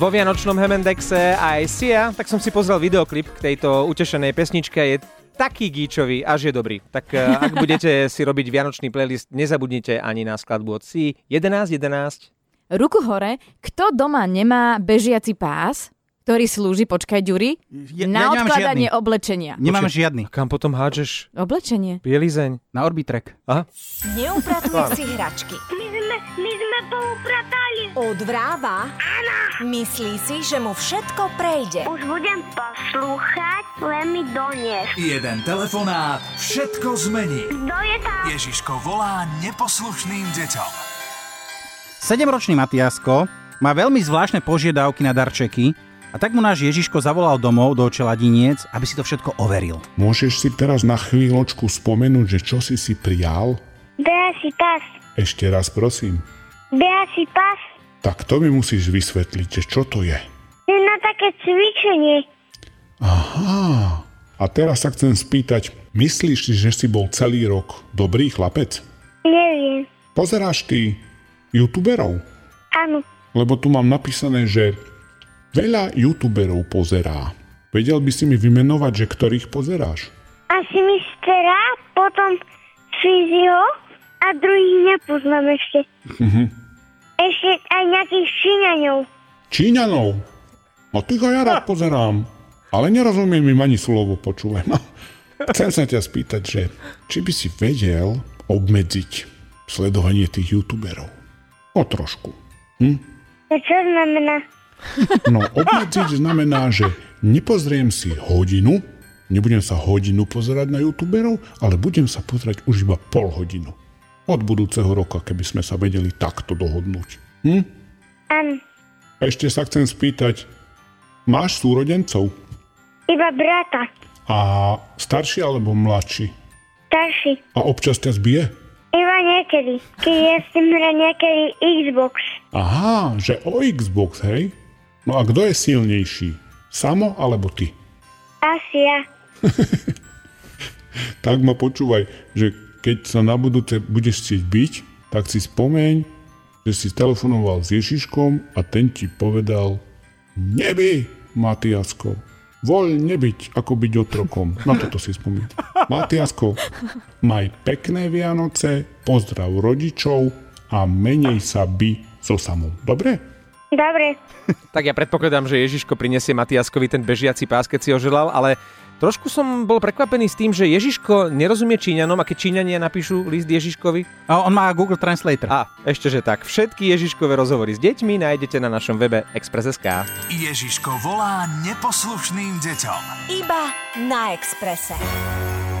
vo Vianočnom Hemendexe aj Sia, tak som si pozrel videoklip k tejto utešenej pesničke. Je taký gíčový, až je dobrý. Tak eh, ak budete si robiť Vianočný playlist, nezabudnite ani na skladbu od Si 1111. Ruku hore, kto doma nemá bežiaci pás, ktorý slúži, počkaj, Ďuri, Ja- ja na nemám odkladanie žiadny. oblečenia. Nemám žiadny. Kam potom hádžeš Oblečenie. bielizeň? Na Orbitrek. Aha. Neupratuješ si hračky. My sme, my sme poupratali. Odvráva. Áno. Myslí si, že mu všetko prejde. Už budem poslúchať, len mi donies. Jeden telefonát všetko zmení. Kto je tam? Ježiško volá neposlušným deťom. Sedemročný Matiasko má veľmi zvláštne požiadavky na darčeky a tak mu náš Ježiško zavolal domov do Čeladiniec, aby si to všetko overil. Môžeš si teraz na chvíľočku spomenúť, že čo si si prijal? Bea si pas. Ešte raz prosím. Bea si pas. Tak to mi musíš vysvetliť, že čo to je. Je na také cvičenie. Aha. A teraz sa chcem spýtať, myslíš si, že si bol celý rok dobrý chlapec? Neviem. Pozeráš ty youtuberov? Áno. Lebo tu mám napísané, že veľa youtuberov pozerá. Vedel by si mi vymenovať, že ktorých pozeráš? Asi mistera, potom fyzio a druhý nepoznám ešte. Ešte aj nejakých Číňanov. Číňanov. No tých aj ja rád pozerám. Ale nerozumiem im ani slovo, počúvaj ma. Chcem sa ťa spýtať, že či by si vedel obmedziť sledovanie tých youtuberov? O trošku. To čo znamená? No obmedziť znamená, že nepozriem si hodinu, nebudem sa hodinu pozerať na youtuberov, ale budem sa pozerať už iba pol hodinu. Od budúceho roka, keby sme sa vedeli takto dohodnúť. Áno. A ešte sa chcem spýtať, máš súrodencov? Iba brata. A starší alebo mladší? Starší. A občas ťa zbije? Iba niekedy, keď ja s ním hrám niekedy Xbox. Aha, že o Xbox, hej? No a kto je silnejší? Samo alebo ty? Asi ja. Tak ma počúvaj, že keď sa na budúce budeš chcieť byť, tak si spomeň, že si telefonoval s Ježiškom a ten ti povedal Neby, Matiasko, voľ nebyť, ako byť otrokom. Na toto si spomín. Matiasko, maj pekné Vianoce, pozdrav rodičov a menej sa by so samom. Dobre? Dobre. Tak ja predpokladám, že Ježiško prinesie Matiaskovi ten bežiaci pás, keď si ho želal, ale trošku som bol prekvapený s tým, že Ježiško nerozumie Číňanom a keď Číňania napíšu list Ježiškovi, A on má Google Translator. a ešte že tak, všetky Ježiškové rozhovory s deťmi nájdete na našom webe Express.sk. Ježiško volá neposlušným deťom. Iba na Exprese.